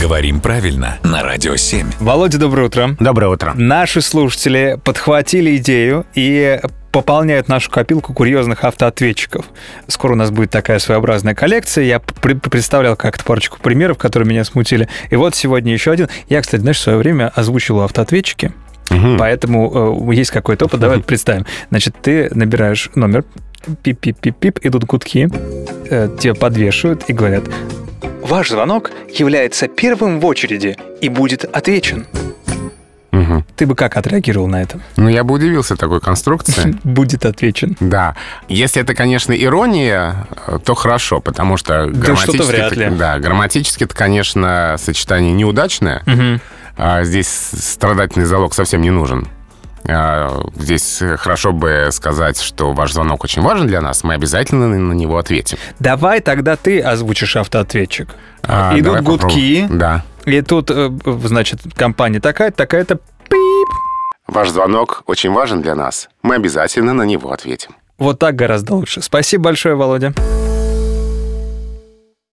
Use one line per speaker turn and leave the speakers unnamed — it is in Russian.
Говорим правильно на Радио 7.
Володя, доброе утро.
Доброе утро.
Наши слушатели подхватили идею и пополняют нашу копилку курьезных автоответчиков. Скоро у нас будет такая своеобразная коллекция. Я пр- представлял как-то парочку примеров, которые меня смутили. И вот сегодня еще один. Я, кстати, знаешь, в свое время озвучивал автоответчики. Поэтому э, есть какой-то опыт. Давай представим. Значит, ты набираешь номер, пип-пип-пип-пип, идут гудки, э, тебя подвешивают и говорят, ваш звонок является первым в очереди и будет отвечен.
Мгм.
Ты бы как отреагировал на это?
Ну, я бы удивился такой конструкции.
Будет отвечен.
Да. Если это, конечно, ирония, э, то хорошо, потому что грамматически...
что-то вряд ли.
Да, грамматически это, конечно, сочетание неудачное. А здесь страдательный залог совсем не нужен. А, Здесь хорошо бы сказать, что ваш звонок очень важен для нас, мы обязательно на- на него ответим.
Давай тогда ты озвучишь автоответчик.
А,
Идут
давай попробуем.
гудки,
Да.
и тут, э, значит, компания такая-то, такая-то, пип.
Ваш звонок очень важен для нас, мы обязательно на него ответим.
Вот так гораздо лучше. Спасибо большое, Володя.